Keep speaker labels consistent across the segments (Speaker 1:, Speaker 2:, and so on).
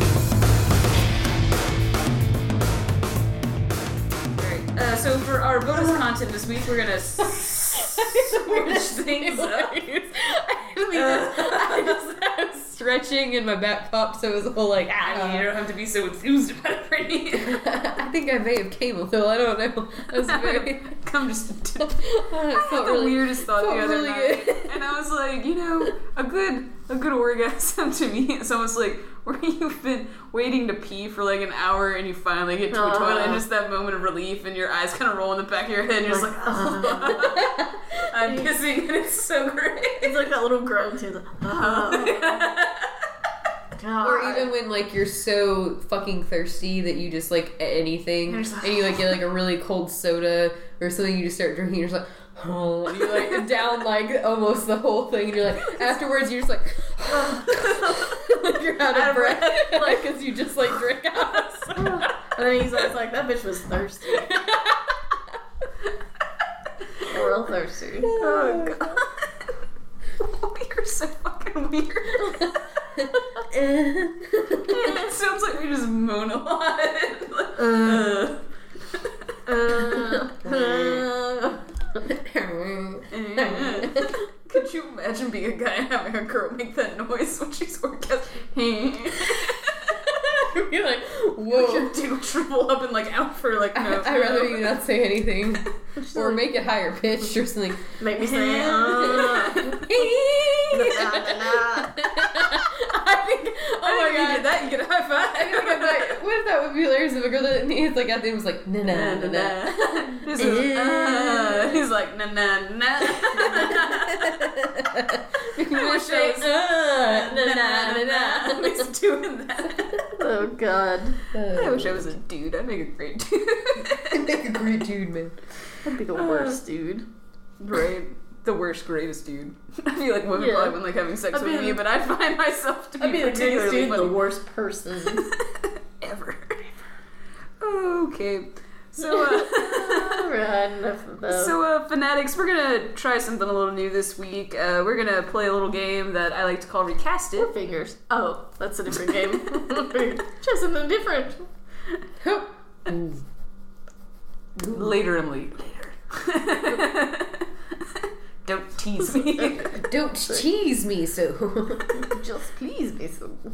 Speaker 1: uh,
Speaker 2: Uh-huh.
Speaker 1: We're gonna switch things up. Uh,
Speaker 2: I, mean, I just I was stretching and my back popped, so it was a whole like.
Speaker 1: I mean, you
Speaker 2: ah.
Speaker 1: don't have to be so enthused about it, Brittany.
Speaker 2: I think I may have cable though. I don't know. I was very.
Speaker 1: Come just. I
Speaker 2: I
Speaker 1: had
Speaker 2: felt
Speaker 1: the
Speaker 2: really-
Speaker 1: weirdest thought
Speaker 2: felt
Speaker 1: the other
Speaker 2: really
Speaker 1: night,
Speaker 2: good.
Speaker 1: and I was like, you know, a good a good orgasm to me is almost like where you've been waiting to pee for like an hour and you finally get to a
Speaker 2: Uh-huh.
Speaker 1: toilet, and just that moment of relief, and your eyes kind of roll in the back of your head, and you're just like,
Speaker 2: uh-huh.
Speaker 1: I'm kissing, and it's so great.
Speaker 3: It's like that little groan too. It's like,
Speaker 1: Oh,
Speaker 3: "Oh God.
Speaker 2: Or even when like you're so fucking thirsty that you just like anything,
Speaker 3: You're just like,
Speaker 2: and you like get like a really cold soda or something, you just start drinking. You're just like, oh, and you like down like almost the whole thing, and you're like afterwards you're just like, like you're out of,
Speaker 1: Out of
Speaker 2: breath, like because you just like drink out. of soda.
Speaker 3: and then he's always like, that bitch was thirsty. Real thirsty.
Speaker 1: Oh god. We are so fucking weird. it sounds like we just moan a lot. Like, uh. Could you imagine being a guy and having a girl make that noise when she's orgasming?
Speaker 2: you're like,
Speaker 1: Would your
Speaker 2: whoa.
Speaker 1: dick shrivel up and like out for like no?
Speaker 2: I, would rather you not say anything or
Speaker 3: like-
Speaker 2: make it higher pitched or something.
Speaker 3: Make me say, uh, nah, nah, nah.
Speaker 2: I think. Oh
Speaker 1: Oh
Speaker 2: my
Speaker 1: my god! You
Speaker 2: god.
Speaker 1: get that, you get a high five.
Speaker 2: I think I thought, what if that would be hilarious if a girl did it and he's like at the end was like na na na na.
Speaker 1: This is, uh, he's like na na na. I wish I was-
Speaker 2: uh,
Speaker 1: Na, na, na, na. He's doing that.
Speaker 3: Oh god.
Speaker 1: I wish I was a dude. I'd make a great dude.
Speaker 2: make a great dude, man.
Speaker 3: That'd be the worst, dude.
Speaker 1: Right. The worst, greatest dude. I feel like women
Speaker 3: Yeah.
Speaker 1: probably wouldn't like having sex
Speaker 3: I'd
Speaker 1: with
Speaker 3: be
Speaker 1: me,
Speaker 3: the-
Speaker 1: but I'd find myself to be,
Speaker 3: I'd be
Speaker 1: particularly
Speaker 3: particularly the
Speaker 1: funny.
Speaker 3: worst person.
Speaker 1: ever. Okay. So, uh,
Speaker 3: Run of the-
Speaker 1: so uh, fanatics, we're gonna try something a little new this week. Uh, we're gonna play a little game that I like to call Recast It.
Speaker 3: Four fingers. Oh, that's a different game. Just something different.
Speaker 1: Later and late. Later. Don't tease me.
Speaker 2: Don't tease me so.
Speaker 3: Just please be so.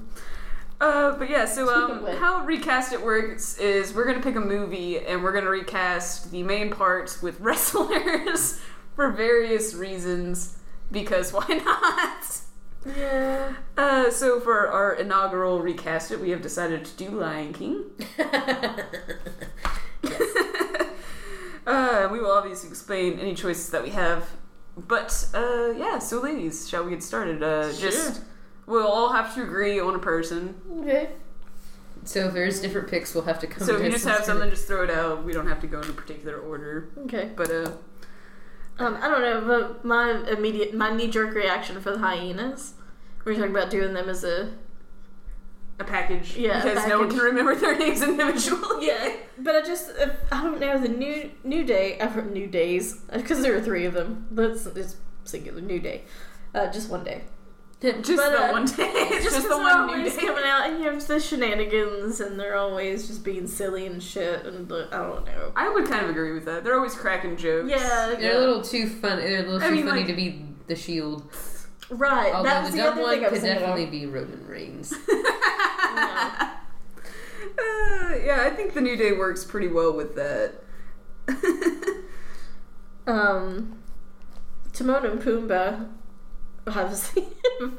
Speaker 1: Uh, but yeah, so um,
Speaker 3: Wait.
Speaker 1: how recast it works is we're gonna pick a movie and we're gonna recast the main parts with wrestlers for various reasons because why not?
Speaker 3: Yeah.
Speaker 1: Uh, so for our inaugural recast it, we have decided to do Lion King. Uh, we will obviously explain any choices that we have, but uh, yeah. So ladies, shall we get started? Uh, Just
Speaker 3: Sure.
Speaker 1: we'll all have to agree on a person.
Speaker 3: Okay.
Speaker 2: so if there's different picks, we'll have to come.
Speaker 1: So if
Speaker 2: to
Speaker 1: you
Speaker 2: a
Speaker 1: just have
Speaker 2: decision.
Speaker 1: something, just throw it out. We don't have to go in a particular order.
Speaker 3: Okay.
Speaker 1: But uh,
Speaker 3: Um, I don't know, but my immediate, my knee jerk reaction for the hyenas. We were talking about doing them as a.
Speaker 1: a package.
Speaker 3: Yeah, a
Speaker 1: Because no one
Speaker 3: package.
Speaker 1: can remember their names individually.
Speaker 3: But I just, uh, I don't know the new new day. I've heard new days because there were three of them. But it's, it's singular new day, uh, just one day.
Speaker 1: Just
Speaker 3: But,
Speaker 1: the
Speaker 3: uh,
Speaker 1: one day. It's just,
Speaker 3: 'cause
Speaker 1: the
Speaker 3: they're
Speaker 1: one new
Speaker 3: always
Speaker 1: day.
Speaker 3: coming out, and you have the shenanigans, and they're always just being silly and shit, and the, I don't know.
Speaker 1: I would kind of agree with that. They're always cracking jokes.
Speaker 3: Yeah,
Speaker 2: They're a little too fun. They're a little
Speaker 1: I
Speaker 2: too
Speaker 1: mean,
Speaker 2: funny
Speaker 1: like-
Speaker 2: to be the shield.
Speaker 3: right.
Speaker 2: Although
Speaker 3: that was
Speaker 2: the
Speaker 3: the,
Speaker 2: dumb
Speaker 3: other
Speaker 2: one
Speaker 3: thing I was
Speaker 2: could
Speaker 3: thinking
Speaker 2: definitely
Speaker 3: about.
Speaker 2: be Roman Reigns.
Speaker 3: Yeah.
Speaker 1: Uh, yeah, I think the new day works pretty well with that.
Speaker 3: Um, Timon and Pumbaa obviously have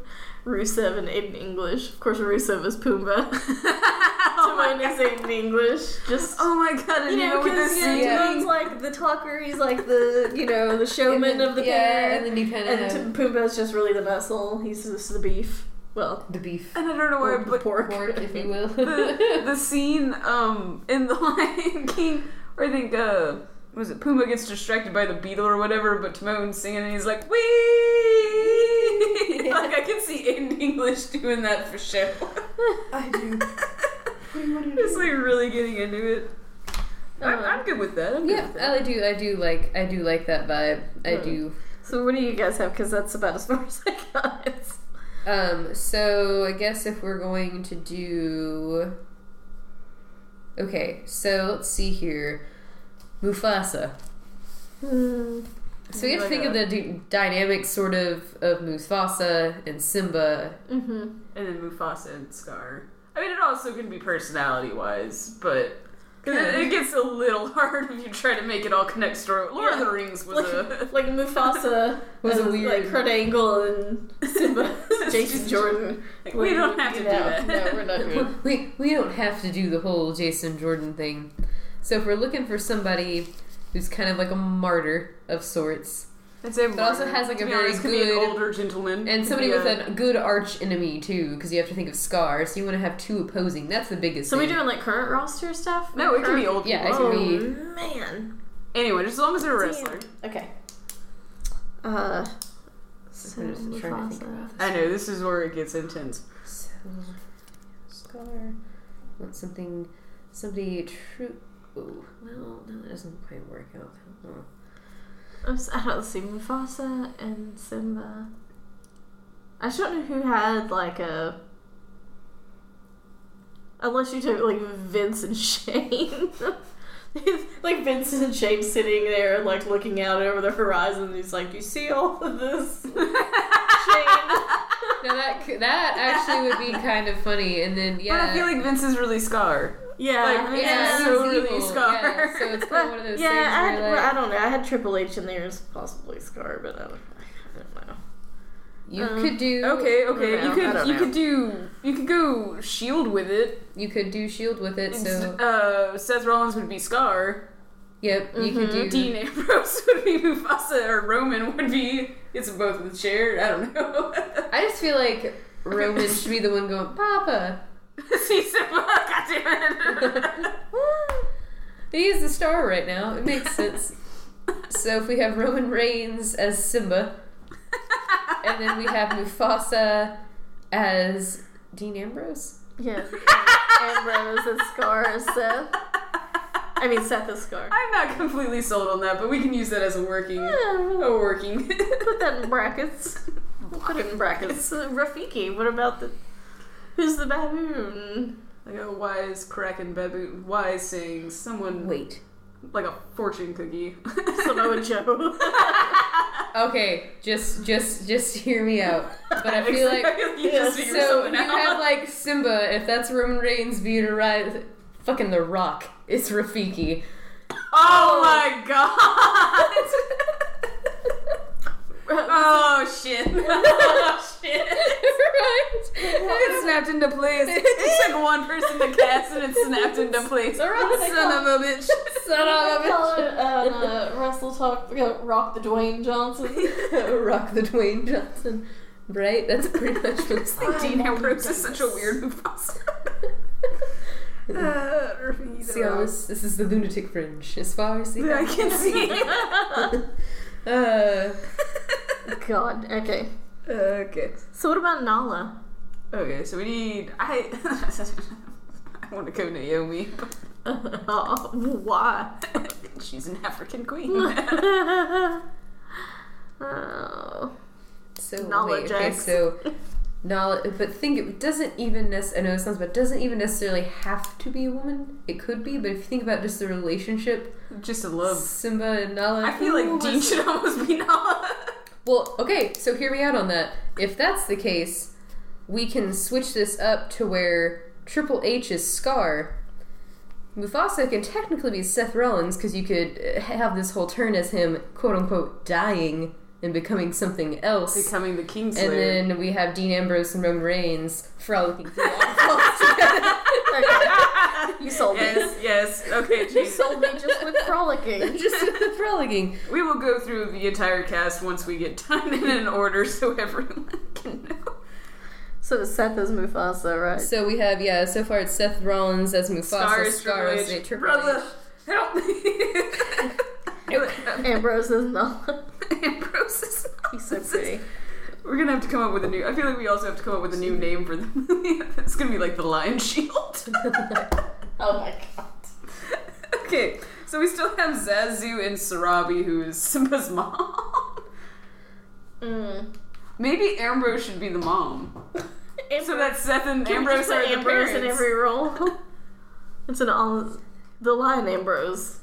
Speaker 3: Rusev and Aiden English. Of course, Rusev is Pumbaa. Timon is Aiden English. Just
Speaker 1: oh my god! I
Speaker 3: you
Speaker 1: didn't
Speaker 3: know,
Speaker 1: what this
Speaker 3: because yeah,
Speaker 1: scene
Speaker 2: yeah.
Speaker 3: Timon's like the talker. He's like the you know the showman
Speaker 2: And then-
Speaker 3: of the
Speaker 2: yeah,
Speaker 3: pair,
Speaker 2: and then you kind of
Speaker 3: and Tim Pumbaa's just really the muscle. He's just the beef. Well,
Speaker 2: the beef
Speaker 1: And I don't know where,
Speaker 3: or the
Speaker 1: but
Speaker 3: pork.
Speaker 2: pork, if you will.
Speaker 1: the, the scene um in the Lion King where I think uh was it Puma gets distracted by the beetle or whatever, but Timon's singing and he's like wee. like I can see Aiden English doing that for show.
Speaker 2: I do.
Speaker 1: Just like really getting into it.
Speaker 3: Uh-huh.
Speaker 1: I'm, I'm good with that. I'm good
Speaker 2: Yeah,
Speaker 1: with that.
Speaker 2: I do. I do like. I do like that vibe. I
Speaker 3: Hmm.
Speaker 2: do.
Speaker 3: So what do you guys have? Because that's about as far as I got. It's-
Speaker 2: Um. So I guess if we're going to do. Okay, so let's see here. Mufasa.
Speaker 3: Hmm.
Speaker 2: So we have to think of the d- dynamic sort of of Mufasa and Simba.
Speaker 3: Mm-hmm.
Speaker 1: and then Mufasa and Scar. I mean, it also can be personality wise, but 'cause it, it gets a little hard if you try to make it all connect story. Lord of
Speaker 3: Yeah.
Speaker 1: the Rings was a
Speaker 3: Like Mufasa
Speaker 2: Was a
Speaker 3: and,
Speaker 2: weird-
Speaker 3: like Kurt Angle and Simba, Jason Jordan.
Speaker 1: like, we don't have to do that.
Speaker 3: No, we're not good.
Speaker 2: We we don't have to do the whole Jason Jordan thing. So if we're looking for somebody who's kind of like a martyr of sorts,
Speaker 1: I'd say it
Speaker 2: also has, like, a very
Speaker 1: honest, could be an
Speaker 2: good-
Speaker 1: older gentleman
Speaker 2: and
Speaker 1: could
Speaker 2: somebody
Speaker 1: be
Speaker 2: with
Speaker 1: a-
Speaker 2: a good arch enemy too, because you have to think of Scar. So you want to have two opposing. That's the biggest.
Speaker 3: So we
Speaker 2: thing.
Speaker 3: doing like current roster stuff?
Speaker 1: no, it can be
Speaker 3: Current-
Speaker 1: old.
Speaker 2: Yeah, it
Speaker 1: people. Um,
Speaker 2: can
Speaker 3: Oh
Speaker 2: be-
Speaker 3: man.
Speaker 1: Anyway, just as long as they're a
Speaker 3: Damn.
Speaker 1: wrestler.
Speaker 3: Okay. Uh. So
Speaker 2: I'm just trying to think
Speaker 3: Mufasa.
Speaker 2: about
Speaker 1: I know this is where it gets intense.
Speaker 2: So, Scar wants something, somebody true. Ooh, well, no, that doesn't quite work out. Huh.
Speaker 3: I'm s- I don't see Mufasa and Simba. I just don't know who had like a. Unless you took like Vince and Shane. like Vince and Shane sitting there, like looking out over the horizon. He's like, "You see all of this, Shane?"
Speaker 2: Now that c- that actually would be kind of funny, and then yeah,
Speaker 1: But I feel like Vince is really Scar.
Speaker 3: Yeah,
Speaker 1: Like, Vince
Speaker 2: yeah,
Speaker 1: is
Speaker 3: and-
Speaker 1: so
Speaker 2: he's
Speaker 1: really
Speaker 2: evil.
Speaker 1: Scar.
Speaker 2: Yeah, so it's kind of one of those
Speaker 3: yeah, I,
Speaker 2: things
Speaker 3: had,
Speaker 2: where
Speaker 3: well, I
Speaker 2: like,
Speaker 3: don't know. I had Triple H in there as possibly Scar, but I don't, I don't know.
Speaker 2: you
Speaker 3: um,
Speaker 2: could do
Speaker 1: Okay, okay,
Speaker 3: I
Speaker 1: you
Speaker 3: don't know.
Speaker 1: could
Speaker 3: I don't
Speaker 1: you
Speaker 3: know.
Speaker 1: could do you could go Shield with it.
Speaker 2: you could do Shield with it. So
Speaker 1: Uh, Seth Rollins would be Scar.
Speaker 2: yep, you could do.
Speaker 3: Mhm.
Speaker 1: Dean Ambrose would be Mufasa, or Roman would be. It's both with chair. I don't know.
Speaker 2: I just feel like Roman should be the one going Papa.
Speaker 1: See, so God damn it.
Speaker 2: He is the star right now. It makes sense. so if we have Roman Reigns as Simba, and then we have Mufasa as Dean Ambrose.
Speaker 3: Yeah, Ambrose and Scar as Seth. I mean, Seth is Scar.
Speaker 1: I'm not completely sold on that, but we can use that as a working.
Speaker 3: Yeah,
Speaker 1: A working.
Speaker 3: Put that in brackets. We'll Put it in brackets. Uh, Rafiki, what about the. Who's the baboon?
Speaker 1: like a wise kraken baboon. Wise saying someone
Speaker 2: Wait.
Speaker 1: like a fortune cookie.
Speaker 3: Samoa Joe.
Speaker 2: Okay, just just just hear me out. But I feel like
Speaker 1: you just figure
Speaker 2: so
Speaker 1: something
Speaker 2: you
Speaker 1: out.
Speaker 2: have like Simba. If that's Roman Reigns being a rise, fucking The Rock. It's Rafiki.
Speaker 1: oh my god. oh shit. oh shit.
Speaker 2: right?
Speaker 1: It snapped into place. It took one person to cast and it snapped into place.
Speaker 2: All right, they
Speaker 1: Son of a bitch.
Speaker 2: Son of a bitch.
Speaker 3: uh, Russell Talk, Rock the Dwayne Johnson.
Speaker 2: Rock the Dwayne Johnson. Right? That's pretty much what this thing
Speaker 1: Dean Ambrose is such a weird Mufasa. uh, Rafiki the
Speaker 2: See all
Speaker 1: Rock.
Speaker 2: this this is the lunatic fringe. As far as the
Speaker 1: I can see.
Speaker 2: uh
Speaker 3: God, okay.
Speaker 1: okay.
Speaker 3: So, what about Nala?
Speaker 1: Okay, so we need. I. I want to go Naomi, but
Speaker 3: Oh, why?
Speaker 1: she's an African queen.
Speaker 3: oh.
Speaker 2: so
Speaker 3: Nala
Speaker 2: wait, okay,
Speaker 3: Jax.
Speaker 2: so Nala but think it doesn't even necessarily I know it sounds but it doesn't even necessarily have to be a woman. It could be, but if you think about just the relationship
Speaker 1: Just a love.
Speaker 2: Simba and Nala
Speaker 1: I feel
Speaker 2: ooh,
Speaker 1: like Dean should almost be Nala.
Speaker 2: Well, okay, so hear me out on that. If that's the case, we can switch this up to where Triple H is Scar. Mufasa can technically be Seth Rollins because you could uh, have this whole turn as him, quote unquote, dying and becoming something else.
Speaker 1: Becoming the King
Speaker 2: and
Speaker 1: Slayer.
Speaker 2: then we have Dean Ambrose and Roman Reigns frolicking through all of
Speaker 3: You sold me.
Speaker 1: yes, yes. Okay,
Speaker 3: You
Speaker 1: Jesus.
Speaker 3: sold me just with frolicking.
Speaker 2: just with the frolicking.
Speaker 1: We will go through the entire cast once we get done in an order so everyone can know.
Speaker 3: So Seth is Mufasa, right?
Speaker 2: So we have, yeah, so far it's Seth Rollins as Mufasa, Scar,
Speaker 1: Stars,
Speaker 2: as
Speaker 1: Triple H.
Speaker 2: Triple
Speaker 1: Brother,
Speaker 2: H.
Speaker 1: help me.
Speaker 3: Ambrose is Nala.
Speaker 1: Ambrose is
Speaker 3: He's so pretty.
Speaker 1: We're gonna have to come up with a new. I feel like we also have to come up with a new name for the movie. It's gonna be like the Lion Shield.
Speaker 3: Oh my god.
Speaker 1: okay, so we still have Zazu and Sarabi, who is Simba's mom.
Speaker 3: Mm.
Speaker 1: Maybe Ambrose should be the mom.
Speaker 3: Ambrose,
Speaker 1: So that's Seth and
Speaker 3: Mm. Can we
Speaker 1: Ambrose
Speaker 3: just put
Speaker 1: are the
Speaker 3: Ambrose in
Speaker 1: parents.
Speaker 3: every role. it's an all the lion Ambrose.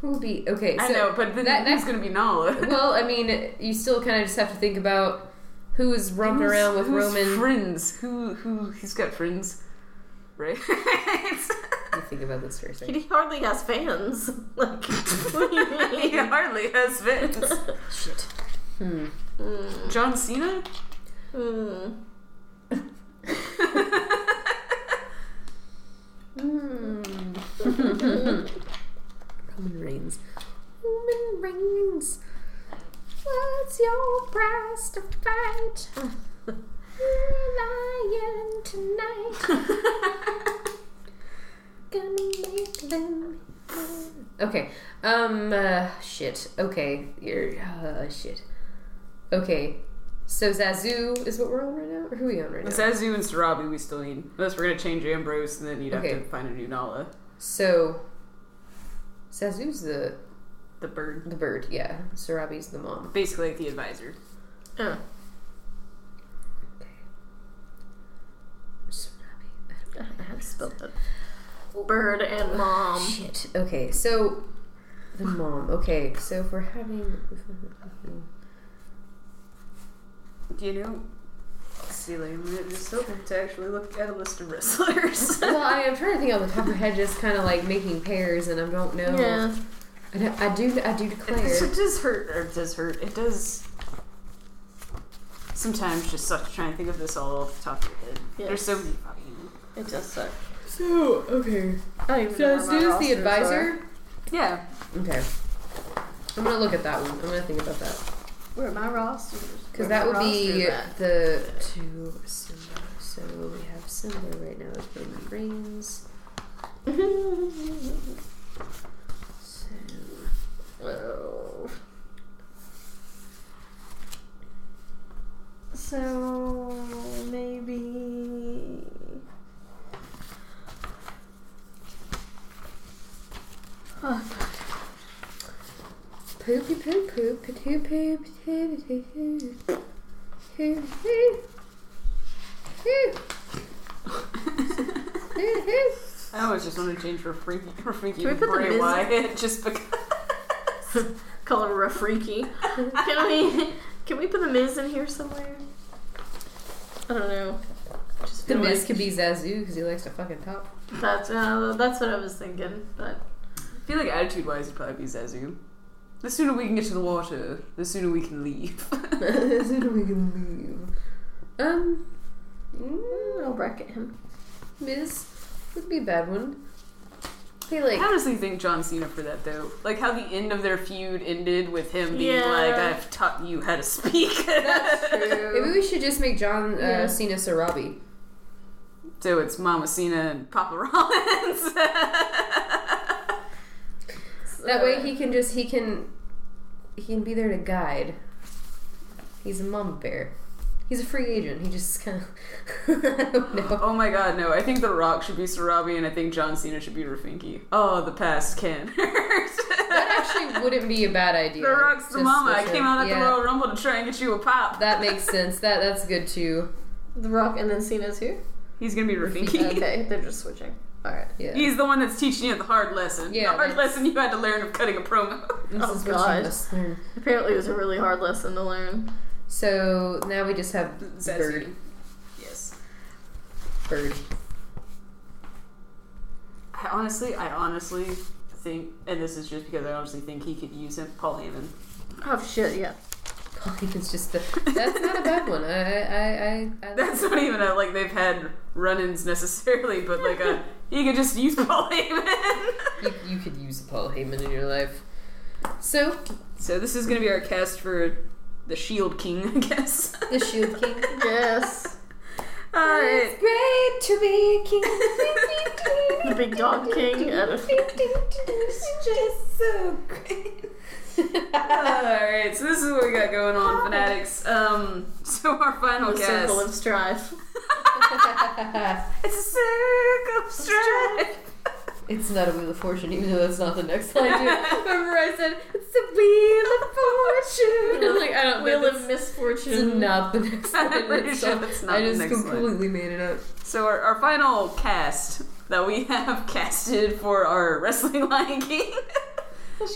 Speaker 2: Who would be okay? So
Speaker 1: I know, but then
Speaker 2: that-
Speaker 1: that's gonna be Nala.
Speaker 2: Well, I mean, you still kind of just have to think about who is roaming around with
Speaker 1: who's
Speaker 2: Roman.
Speaker 1: friends. Who who he's got friends, right?
Speaker 2: Let me think about this for a second.
Speaker 3: He hardly has fans. Like, what do you
Speaker 1: he
Speaker 3: mean?
Speaker 1: hardly has friends.
Speaker 2: Shit. Hmm.
Speaker 3: Mm,
Speaker 1: John Cena.
Speaker 3: mm.
Speaker 2: Roman Reigns. Roman Reigns. What's your price to fight? You're lying tonight. Gonna make them. Okay. Um. Uh, shit. Okay. You're. Uh, shit. Okay. So Zazu is what we're on right now, or who are we on right now?
Speaker 1: Zazu and Sarabi we still need. Unless we're gonna change Ambrose and then you'd
Speaker 2: Okay.
Speaker 1: have to find a new Nala.
Speaker 2: so. Zazu's the
Speaker 1: The bird.
Speaker 2: the bird. Yeah. Sarabi's the mom.
Speaker 1: Basically like the advisor.
Speaker 3: Oh,
Speaker 2: Sarabi.
Speaker 3: I don't know how to spell that. Bird and mom.
Speaker 2: Shit. Okay, so the mom. Okay, so if we're having
Speaker 1: Do you know? Let's see later. I'm just hoping to actually look at a list of wrestlers.
Speaker 2: well, I am trying to think on the top of my head, just kind of like making pairs, and I don't know.
Speaker 3: Yeah.
Speaker 2: I, don't- I do. I do declare.
Speaker 1: It does hurt, or it does hurt. It does. Sometimes just sucks trying to think of this all off the top of your head. There's so
Speaker 3: Yes.
Speaker 1: many fucking.
Speaker 3: It does suck.
Speaker 2: So okay.
Speaker 3: I don't even know
Speaker 2: So
Speaker 3: where
Speaker 2: as
Speaker 3: my
Speaker 2: soon as the
Speaker 3: rosters
Speaker 2: advisor.
Speaker 3: are.
Speaker 1: Yeah.
Speaker 2: Okay. I'm gonna look at that one. I'm gonna think about that
Speaker 3: Where are my rosters?
Speaker 2: because
Speaker 3: Where
Speaker 2: that
Speaker 3: my
Speaker 2: would be
Speaker 3: rosters at?
Speaker 2: the two Simba. So we have Simba right now with Roman Reigns. Mm-hmm. So
Speaker 3: Oh. So maybe
Speaker 2: Poopy poo poo poo poo poo poo
Speaker 1: I always just want to change her freaky, her freaky
Speaker 3: Can
Speaker 1: to
Speaker 3: we put the
Speaker 1: Bray
Speaker 3: Miz-
Speaker 1: Wyatt just because.
Speaker 3: call her a freaky. can we can we put the Miz in here somewhere? I don't know. Just
Speaker 2: The
Speaker 3: feel
Speaker 2: Miz
Speaker 3: like
Speaker 2: could be Zazu because he likes to fucking talk.
Speaker 3: that's uh, that's what I was thinking, but
Speaker 1: I feel like attitude wise, it'd probably be Zazu. The sooner we can get to the water, the sooner we can leave.
Speaker 2: so do we can leave? Um,
Speaker 3: mm,
Speaker 2: mm,
Speaker 3: I'll bracket him.
Speaker 2: Miz would be a bad one. Hey, like
Speaker 1: I honestly think John Cena for that though. Like how the end of their feud ended with him being
Speaker 3: Yeah.
Speaker 1: like, "I've taught you how to speak."
Speaker 3: That's
Speaker 2: maybe
Speaker 3: true.
Speaker 2: we should just make John uh,
Speaker 3: Yeah.
Speaker 2: Cena Sarabi.
Speaker 1: so it's Mama Cena and Papa Rollins.
Speaker 2: That way he can just he can he can be there to guide. He's a mama bear. He's a free agent. He just kind of I don't know.
Speaker 1: oh my God, no! I think The Rock should be Sarabi, and I think John Cena should be Rafinki. Oh, the past can hurt.
Speaker 2: That actually wouldn't be a bad idea.
Speaker 1: the Rock's the
Speaker 2: Just
Speaker 1: mama. I
Speaker 2: to-
Speaker 1: came out at the
Speaker 2: yeah,
Speaker 1: Royal Rumble to try and get you a pop.
Speaker 2: That makes sense. That that's good too.
Speaker 3: The Rock and then Cena's here.
Speaker 1: He's gonna be Rafinki.
Speaker 3: Okay, they're just switching. All right.
Speaker 2: Yeah.
Speaker 1: He's the one that's teaching you the hard lesson.
Speaker 2: Yeah,
Speaker 1: the hard
Speaker 2: that's-
Speaker 1: lesson you had to learn of cutting a promo.
Speaker 2: this
Speaker 3: Oh,
Speaker 2: is what
Speaker 3: God.
Speaker 2: you must learn.
Speaker 3: Apparently, it was a really hard lesson to learn.
Speaker 2: So now we just have
Speaker 1: Zazu.
Speaker 2: bird.
Speaker 1: Yes.
Speaker 2: Bird.
Speaker 1: I honestly, I honestly think, and this is just because I honestly think he could use him, Paul Heyman.
Speaker 3: Oh shit! Yeah.
Speaker 2: It's just the, that's not a bad one. I I I, I
Speaker 1: That's not even a, like they've had run-ins necessarily, but like a, he could just use Paul Heyman.
Speaker 2: you, you could use Paul Heyman in your life. So
Speaker 1: so this is gonna be our cast for the Shield King, I guess.
Speaker 2: the Shield King.
Speaker 3: Yes.
Speaker 1: All right.
Speaker 2: It's great to be a king.
Speaker 3: The big dog king. I don't-
Speaker 2: It's just so great.
Speaker 1: All right. So this is what we got going on, fanatics. Um. So our final
Speaker 2: Oh,
Speaker 3: The circle of
Speaker 1: cast.
Speaker 3: strife.
Speaker 1: It's a circle of strife.
Speaker 2: it's not a Wheel of Fortune, even though that's not the next line. Too. Remember, I said it's a Wheel of Fortune. I'm like I don't know.
Speaker 3: Wheel
Speaker 2: that's-
Speaker 3: of
Speaker 2: It's
Speaker 3: misfortune.
Speaker 2: not the next
Speaker 1: I'm
Speaker 2: line. in
Speaker 1: pretty
Speaker 2: that
Speaker 1: sure
Speaker 2: song.
Speaker 1: that's not
Speaker 2: I
Speaker 1: the
Speaker 2: just
Speaker 1: next line.
Speaker 2: completely made it up.
Speaker 1: So our, our final cast that we have casted for our wrestling Lion King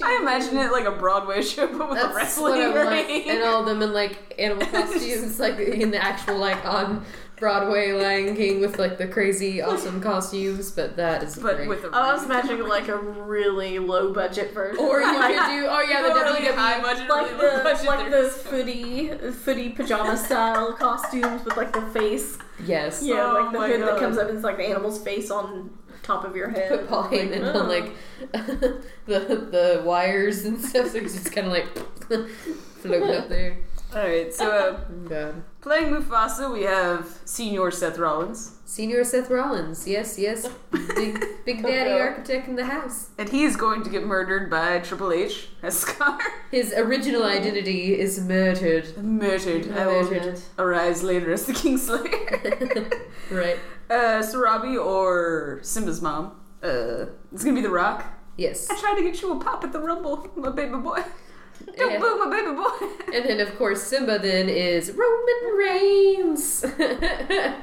Speaker 1: I imagine it like a Broadway show, but with
Speaker 2: That's
Speaker 1: a wrestling
Speaker 2: what I want.
Speaker 1: ring.
Speaker 2: And all of them in like animal costumes, like in the actual like on Broadway Lion King with like the crazy awesome costumes. But that is
Speaker 1: but
Speaker 2: great.
Speaker 1: with a
Speaker 3: I was
Speaker 1: ring.
Speaker 3: imagining like a really low budget version.
Speaker 2: or you
Speaker 3: like,
Speaker 2: could do oh yeah the
Speaker 1: Or really
Speaker 2: WWE
Speaker 1: high budget,
Speaker 3: like
Speaker 1: really low
Speaker 3: the
Speaker 1: budget,
Speaker 3: like
Speaker 1: they're-
Speaker 3: those footy footy pajama style costumes with like the face.
Speaker 2: yes
Speaker 3: Yeah,
Speaker 1: Oh
Speaker 3: like the
Speaker 1: my
Speaker 3: hood
Speaker 1: God.
Speaker 3: that comes up and it's like the animal's face on top of your head.
Speaker 2: put Paul Heyman
Speaker 1: uh.
Speaker 3: Like,
Speaker 2: on like the the wires and stuff, so he's just kind of like floating up there.
Speaker 1: All right, so uh,
Speaker 2: Oh, God.
Speaker 1: playing Mufasa, we have Senior Seth Rollins,
Speaker 2: Senior Seth Rollins, yes, yes, big big daddy
Speaker 1: Oh.
Speaker 2: architect in the house.
Speaker 1: and he is going to get murdered by Triple H as Scar.
Speaker 2: His original identity is murdered.
Speaker 1: murdered. I will
Speaker 2: Murdered.
Speaker 1: arise later as the Kingslayer.
Speaker 2: Right.
Speaker 1: uh, Sarabi or Simba's mom. Uh, it's gonna be The Rock.
Speaker 2: Yes.
Speaker 1: I tried to get you a pop at the Rumble, my baby boy. Don't
Speaker 2: Yeah.
Speaker 1: boo my baby boy.
Speaker 2: And then, of course, Simba then is Roman Reigns.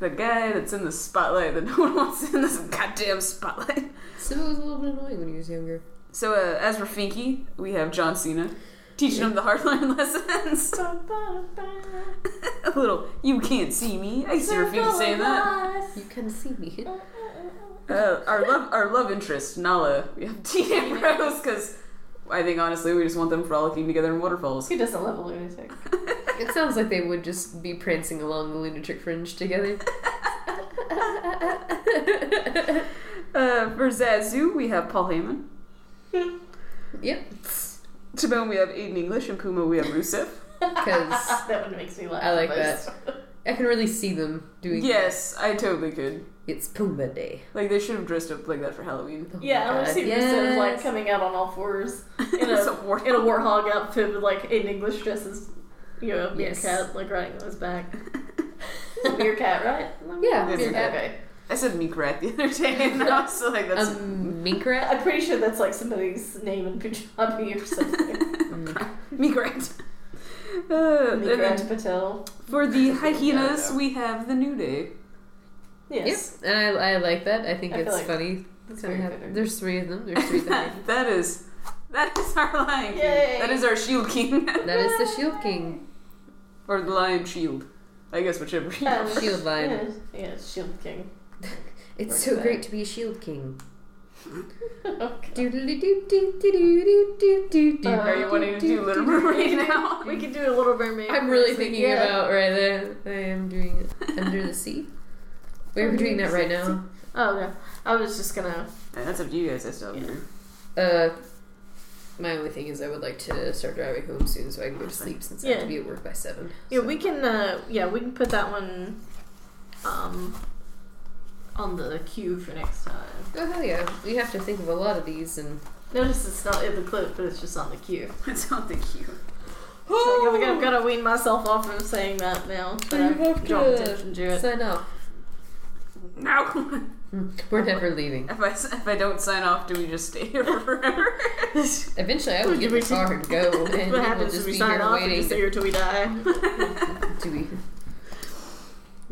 Speaker 1: The guy that's in the spotlight that no one wants in this goddamn spotlight.
Speaker 2: Simba was a little bit annoying when he was younger.
Speaker 1: So uh, as for Finky, we have John Cena teaching him the hard-learned lessons. a little, you can't see me. I see Rafiki saying that.
Speaker 2: You can see me.
Speaker 1: Uh, our love, our love interest, Nala. We have Dean Ambrose because I think honestly we just want them frolicking together in waterfalls.
Speaker 3: He doesn't love a lunatic.
Speaker 2: It sounds like they would just be prancing along the lunatic fringe together.
Speaker 1: Uh, for Zazu, we have Paul Heyman.
Speaker 2: yep,
Speaker 1: Timon, we have Aiden English, and Puma, we have Rusev.
Speaker 2: because
Speaker 3: that one makes me laugh.
Speaker 2: I like
Speaker 3: the most.
Speaker 2: I can really see them doing.
Speaker 1: Yes, I totally could.
Speaker 2: it's Puma Day.
Speaker 1: Like they should have dressed up like that for Halloween.
Speaker 2: Oh my
Speaker 3: Yeah, I want to
Speaker 2: God,
Speaker 3: see Rusev like
Speaker 2: yes.
Speaker 3: coming out on all fours in
Speaker 1: It's
Speaker 3: a,
Speaker 1: war-
Speaker 3: in a warthog outfit with like an English dress as you know a
Speaker 2: Yes.
Speaker 3: meerkat like riding on his back. It's a meerkat, right?
Speaker 2: Yeah,
Speaker 1: Yes,
Speaker 2: meerkat.
Speaker 3: Okay.
Speaker 1: I said meek rat the other day, and I was like, that's
Speaker 2: Um, mink rat.
Speaker 3: I'm pretty sure that's like somebody's name in Punjabi or something.
Speaker 2: Mm.
Speaker 1: meek rat. Uh, and
Speaker 3: Meerkat
Speaker 1: then
Speaker 3: Patel.
Speaker 1: for the hyenas,
Speaker 3: Yeah, I know.
Speaker 1: we have the New Day.
Speaker 3: Yes.
Speaker 2: Yep, and I, I like that. I think
Speaker 3: I feel
Speaker 2: it's
Speaker 3: like
Speaker 2: funny.
Speaker 3: That's
Speaker 2: Kinda
Speaker 3: very
Speaker 2: have-
Speaker 3: fitting.
Speaker 2: there's three of them. There's three. that-
Speaker 1: that is, that is our lion. King.
Speaker 3: Yay.
Speaker 1: That is our shield king,
Speaker 2: that is the Shield King.
Speaker 1: or the lion shield. I guess whichever. you-
Speaker 3: Um,
Speaker 2: Shield Lion.
Speaker 3: Yeah, yeah, Shield King.
Speaker 2: It's
Speaker 3: Works
Speaker 2: so
Speaker 3: there.
Speaker 2: great to be a Shield King.
Speaker 3: Okay.
Speaker 1: Are you wanting to do Little Mermaid now?
Speaker 3: We could do a Little Mermaid.
Speaker 2: I'm really
Speaker 3: next week.
Speaker 2: thinking
Speaker 3: Yeah.
Speaker 2: about right there. I am doing it under the sea. We're doing that right now.
Speaker 3: Oh no, I was just gonna.
Speaker 1: That's up to you guys. I still don't know.
Speaker 2: Uh, my only thing is I would like to start driving home soon so I can go to sleep since I have to
Speaker 3: Yeah.
Speaker 2: be at work by seven.
Speaker 3: Yeah,
Speaker 2: So-
Speaker 3: we can. Uh, yeah, we can put that one. Um. On the queue for next time.
Speaker 2: Oh hell yeah! We have to think of a lot of these and
Speaker 3: Notice it's not in the clip, but it's just on the queue.
Speaker 1: That's not the cue.
Speaker 3: So I'm gonna, I'm gonna wean myself off from saying that now. But
Speaker 2: You
Speaker 3: I've
Speaker 2: have
Speaker 3: drawn
Speaker 2: to-
Speaker 3: attention Oh, to it.
Speaker 2: sign off.
Speaker 1: Now,
Speaker 2: Hmm. We're never leaving.
Speaker 1: if I if I don't sign off, do we just stay here forever?
Speaker 2: Eventually, I will get in the car and go, and
Speaker 3: What
Speaker 2: we'll
Speaker 3: happens
Speaker 2: just
Speaker 3: if
Speaker 2: be
Speaker 3: we sign
Speaker 2: here
Speaker 3: off and
Speaker 2: waiting.
Speaker 3: just sit here till we die?
Speaker 2: Do we?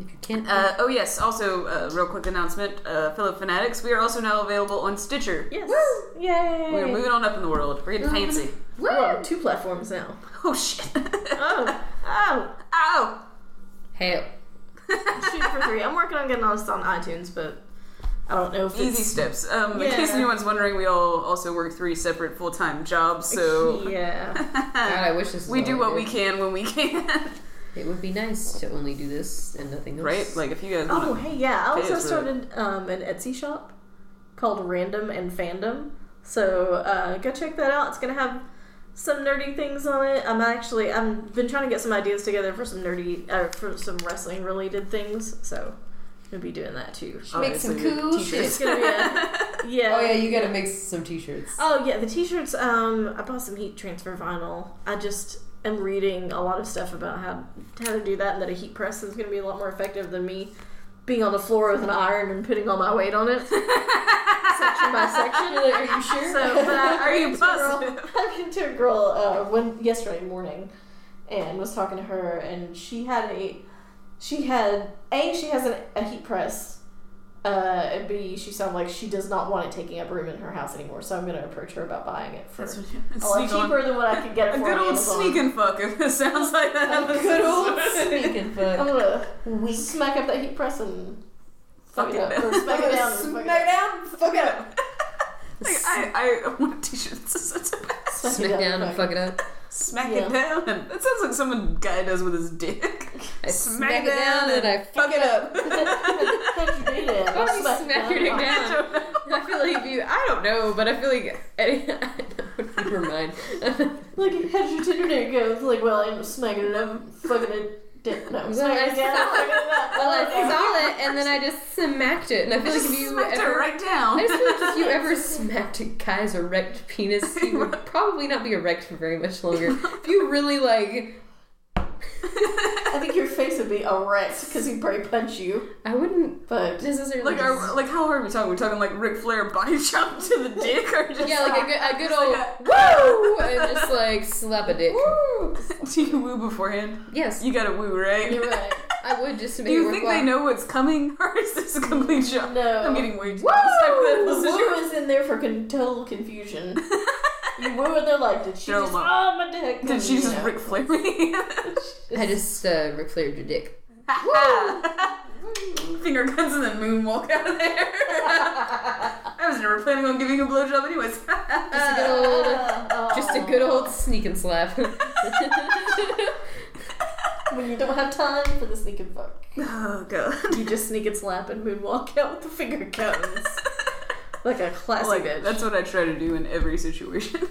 Speaker 2: If you can't,
Speaker 1: Uh, oh yes. Also, uh, real quick announcement, uh, fellow fanatics, we are also now available on Stitcher.
Speaker 3: Yes.
Speaker 2: Woo!
Speaker 3: Yay! Uh-huh.
Speaker 1: We're moving on up in the world. We're getting fancy.
Speaker 2: Woo!
Speaker 3: We're on two platforms now.
Speaker 1: Oh shit.
Speaker 3: Oh, oh!
Speaker 1: Ow. uh,
Speaker 2: Hell.
Speaker 3: Shoot for three. I'm working on getting us on iTunes, but I don't know if
Speaker 1: Easy
Speaker 3: it's
Speaker 1: steps. Um, In
Speaker 3: Yeah.
Speaker 1: case anyone's wondering, we all also work three separate full time jobs, so
Speaker 3: Yeah.
Speaker 2: God, I wish this. Was
Speaker 1: we
Speaker 2: all
Speaker 1: do
Speaker 2: I
Speaker 1: what we
Speaker 2: did.
Speaker 1: can when we can.
Speaker 2: It would be nice to only do this and nothing else.
Speaker 1: right? Like if you guys.
Speaker 3: Oh, hey, yeah. I also
Speaker 1: It is really-
Speaker 3: started um, an Etsy shop called Random and Fandom. So uh, go check that out. It's gonna have some nerdy things on it. I'm actually I've been trying to get some ideas together for some nerdy uh, for some wrestling related things. So I'm gonna be doing that too.
Speaker 2: Make some cool
Speaker 3: It's gonna be a, yeah.
Speaker 2: Oh yeah, you gotta make some t-shirts.
Speaker 3: Oh yeah, the t-shirts. Um, I bought some heat transfer vinyl. I just am reading a lot of stuff about how how to do that, and that a heat press is going to be a lot more effective than me being on the floor with an iron and putting all my weight on it, section by section.
Speaker 2: Really, are you sure?
Speaker 3: So, but I,
Speaker 1: Are
Speaker 3: I
Speaker 1: you
Speaker 3: ran into a girl-
Speaker 1: positive?
Speaker 3: I ran into a girl uh, one yesterday morning, and was talking to her, and she had a, she had a she has an, a heat press, Uh, and B, she sounded like she does not want it taking up room in her house anymore, so I'm going to approach her about buying it for
Speaker 1: That's
Speaker 3: a
Speaker 1: what you and
Speaker 3: lot
Speaker 1: sneak on.
Speaker 3: cheaper than what I could get it
Speaker 1: A
Speaker 3: for.
Speaker 1: good
Speaker 3: on
Speaker 1: old
Speaker 3: Amazon.
Speaker 1: sneak and fuck. If it sounds like that.
Speaker 3: A good old
Speaker 2: Speaking
Speaker 3: I'm
Speaker 2: fuck.
Speaker 3: going to
Speaker 2: Weak.
Speaker 3: smack up that heat press and
Speaker 1: Fuck it.
Speaker 3: up. Or smack it down. and fuck it up.
Speaker 1: down. Fuck it up. Like, I, I want a t-shirt that says that's about
Speaker 2: Smack down and fuck it up.
Speaker 1: smack
Speaker 3: Yeah.
Speaker 1: it down. That sounds like someone guy does with his dick.
Speaker 2: I smack it down and I
Speaker 1: fuck it up.
Speaker 3: How'd you do that?
Speaker 2: Why
Speaker 3: I'll
Speaker 2: you
Speaker 3: smack
Speaker 2: smack
Speaker 3: down.
Speaker 2: your dick down?
Speaker 1: I don't know.
Speaker 2: I feel like if you. I don't know, but I feel like. I, never mind.
Speaker 3: Like, how'd your Tinder date go? It's like, well, I'm smacking it up, fucking it dick. No, I'm
Speaker 2: Well,
Speaker 3: smacking
Speaker 2: I
Speaker 3: it down,
Speaker 2: saw-
Speaker 3: fucking it up.
Speaker 2: Well, I saw it and then I just smacked it, and I feel like
Speaker 1: Just
Speaker 2: if you
Speaker 1: Oh, smacked
Speaker 2: ever.
Speaker 1: it right down.
Speaker 2: I just feel like if you ever smacked a guy's erect penis, he would probably not be erect for very much longer. If you really like,
Speaker 3: I think your face would be erect because he'd probably punch you.
Speaker 2: I wouldn't
Speaker 3: But
Speaker 2: necessarily.
Speaker 1: Like, are, like how hard are we talking? We're talking like Ric Flair body chop to the dick, or just
Speaker 2: yeah, like a good, a good
Speaker 1: just
Speaker 2: old
Speaker 1: like
Speaker 2: woo, and just like slap a dick.
Speaker 1: a- do you woo beforehand?
Speaker 2: Yes,
Speaker 1: You gotta woo, right?
Speaker 3: you're right.
Speaker 2: I would just to
Speaker 1: Do
Speaker 2: make
Speaker 1: you
Speaker 2: it
Speaker 1: think
Speaker 2: worthwhile.
Speaker 1: they know what's coming, or is this a complete shock?
Speaker 3: No.
Speaker 1: I'm getting way too
Speaker 3: Woo!
Speaker 1: excited. This is
Speaker 3: Woo
Speaker 1: your-
Speaker 3: is in there for con- total confusion. you woo and they're like, did she
Speaker 1: No,
Speaker 3: just,
Speaker 1: Mom.
Speaker 3: oh, my dick.
Speaker 1: Did she
Speaker 3: You
Speaker 1: just
Speaker 3: know.
Speaker 1: Ric Flair me?
Speaker 2: I just uh, Ric Flaired your dick.
Speaker 1: Finger guns and then moonwalk out of there. I was never planning on giving you a blowjob, anyways.
Speaker 2: Just a good
Speaker 1: Uh,
Speaker 2: old,
Speaker 3: Oh.
Speaker 2: just a good old sneak and slap.
Speaker 3: When you don't have time for the sneak and fuck.
Speaker 1: oh god.
Speaker 3: You just sneak and slap and moonwalk out with the finger guns. like a classic
Speaker 1: Like
Speaker 3: bitch.
Speaker 1: that's what I try to do in every situation.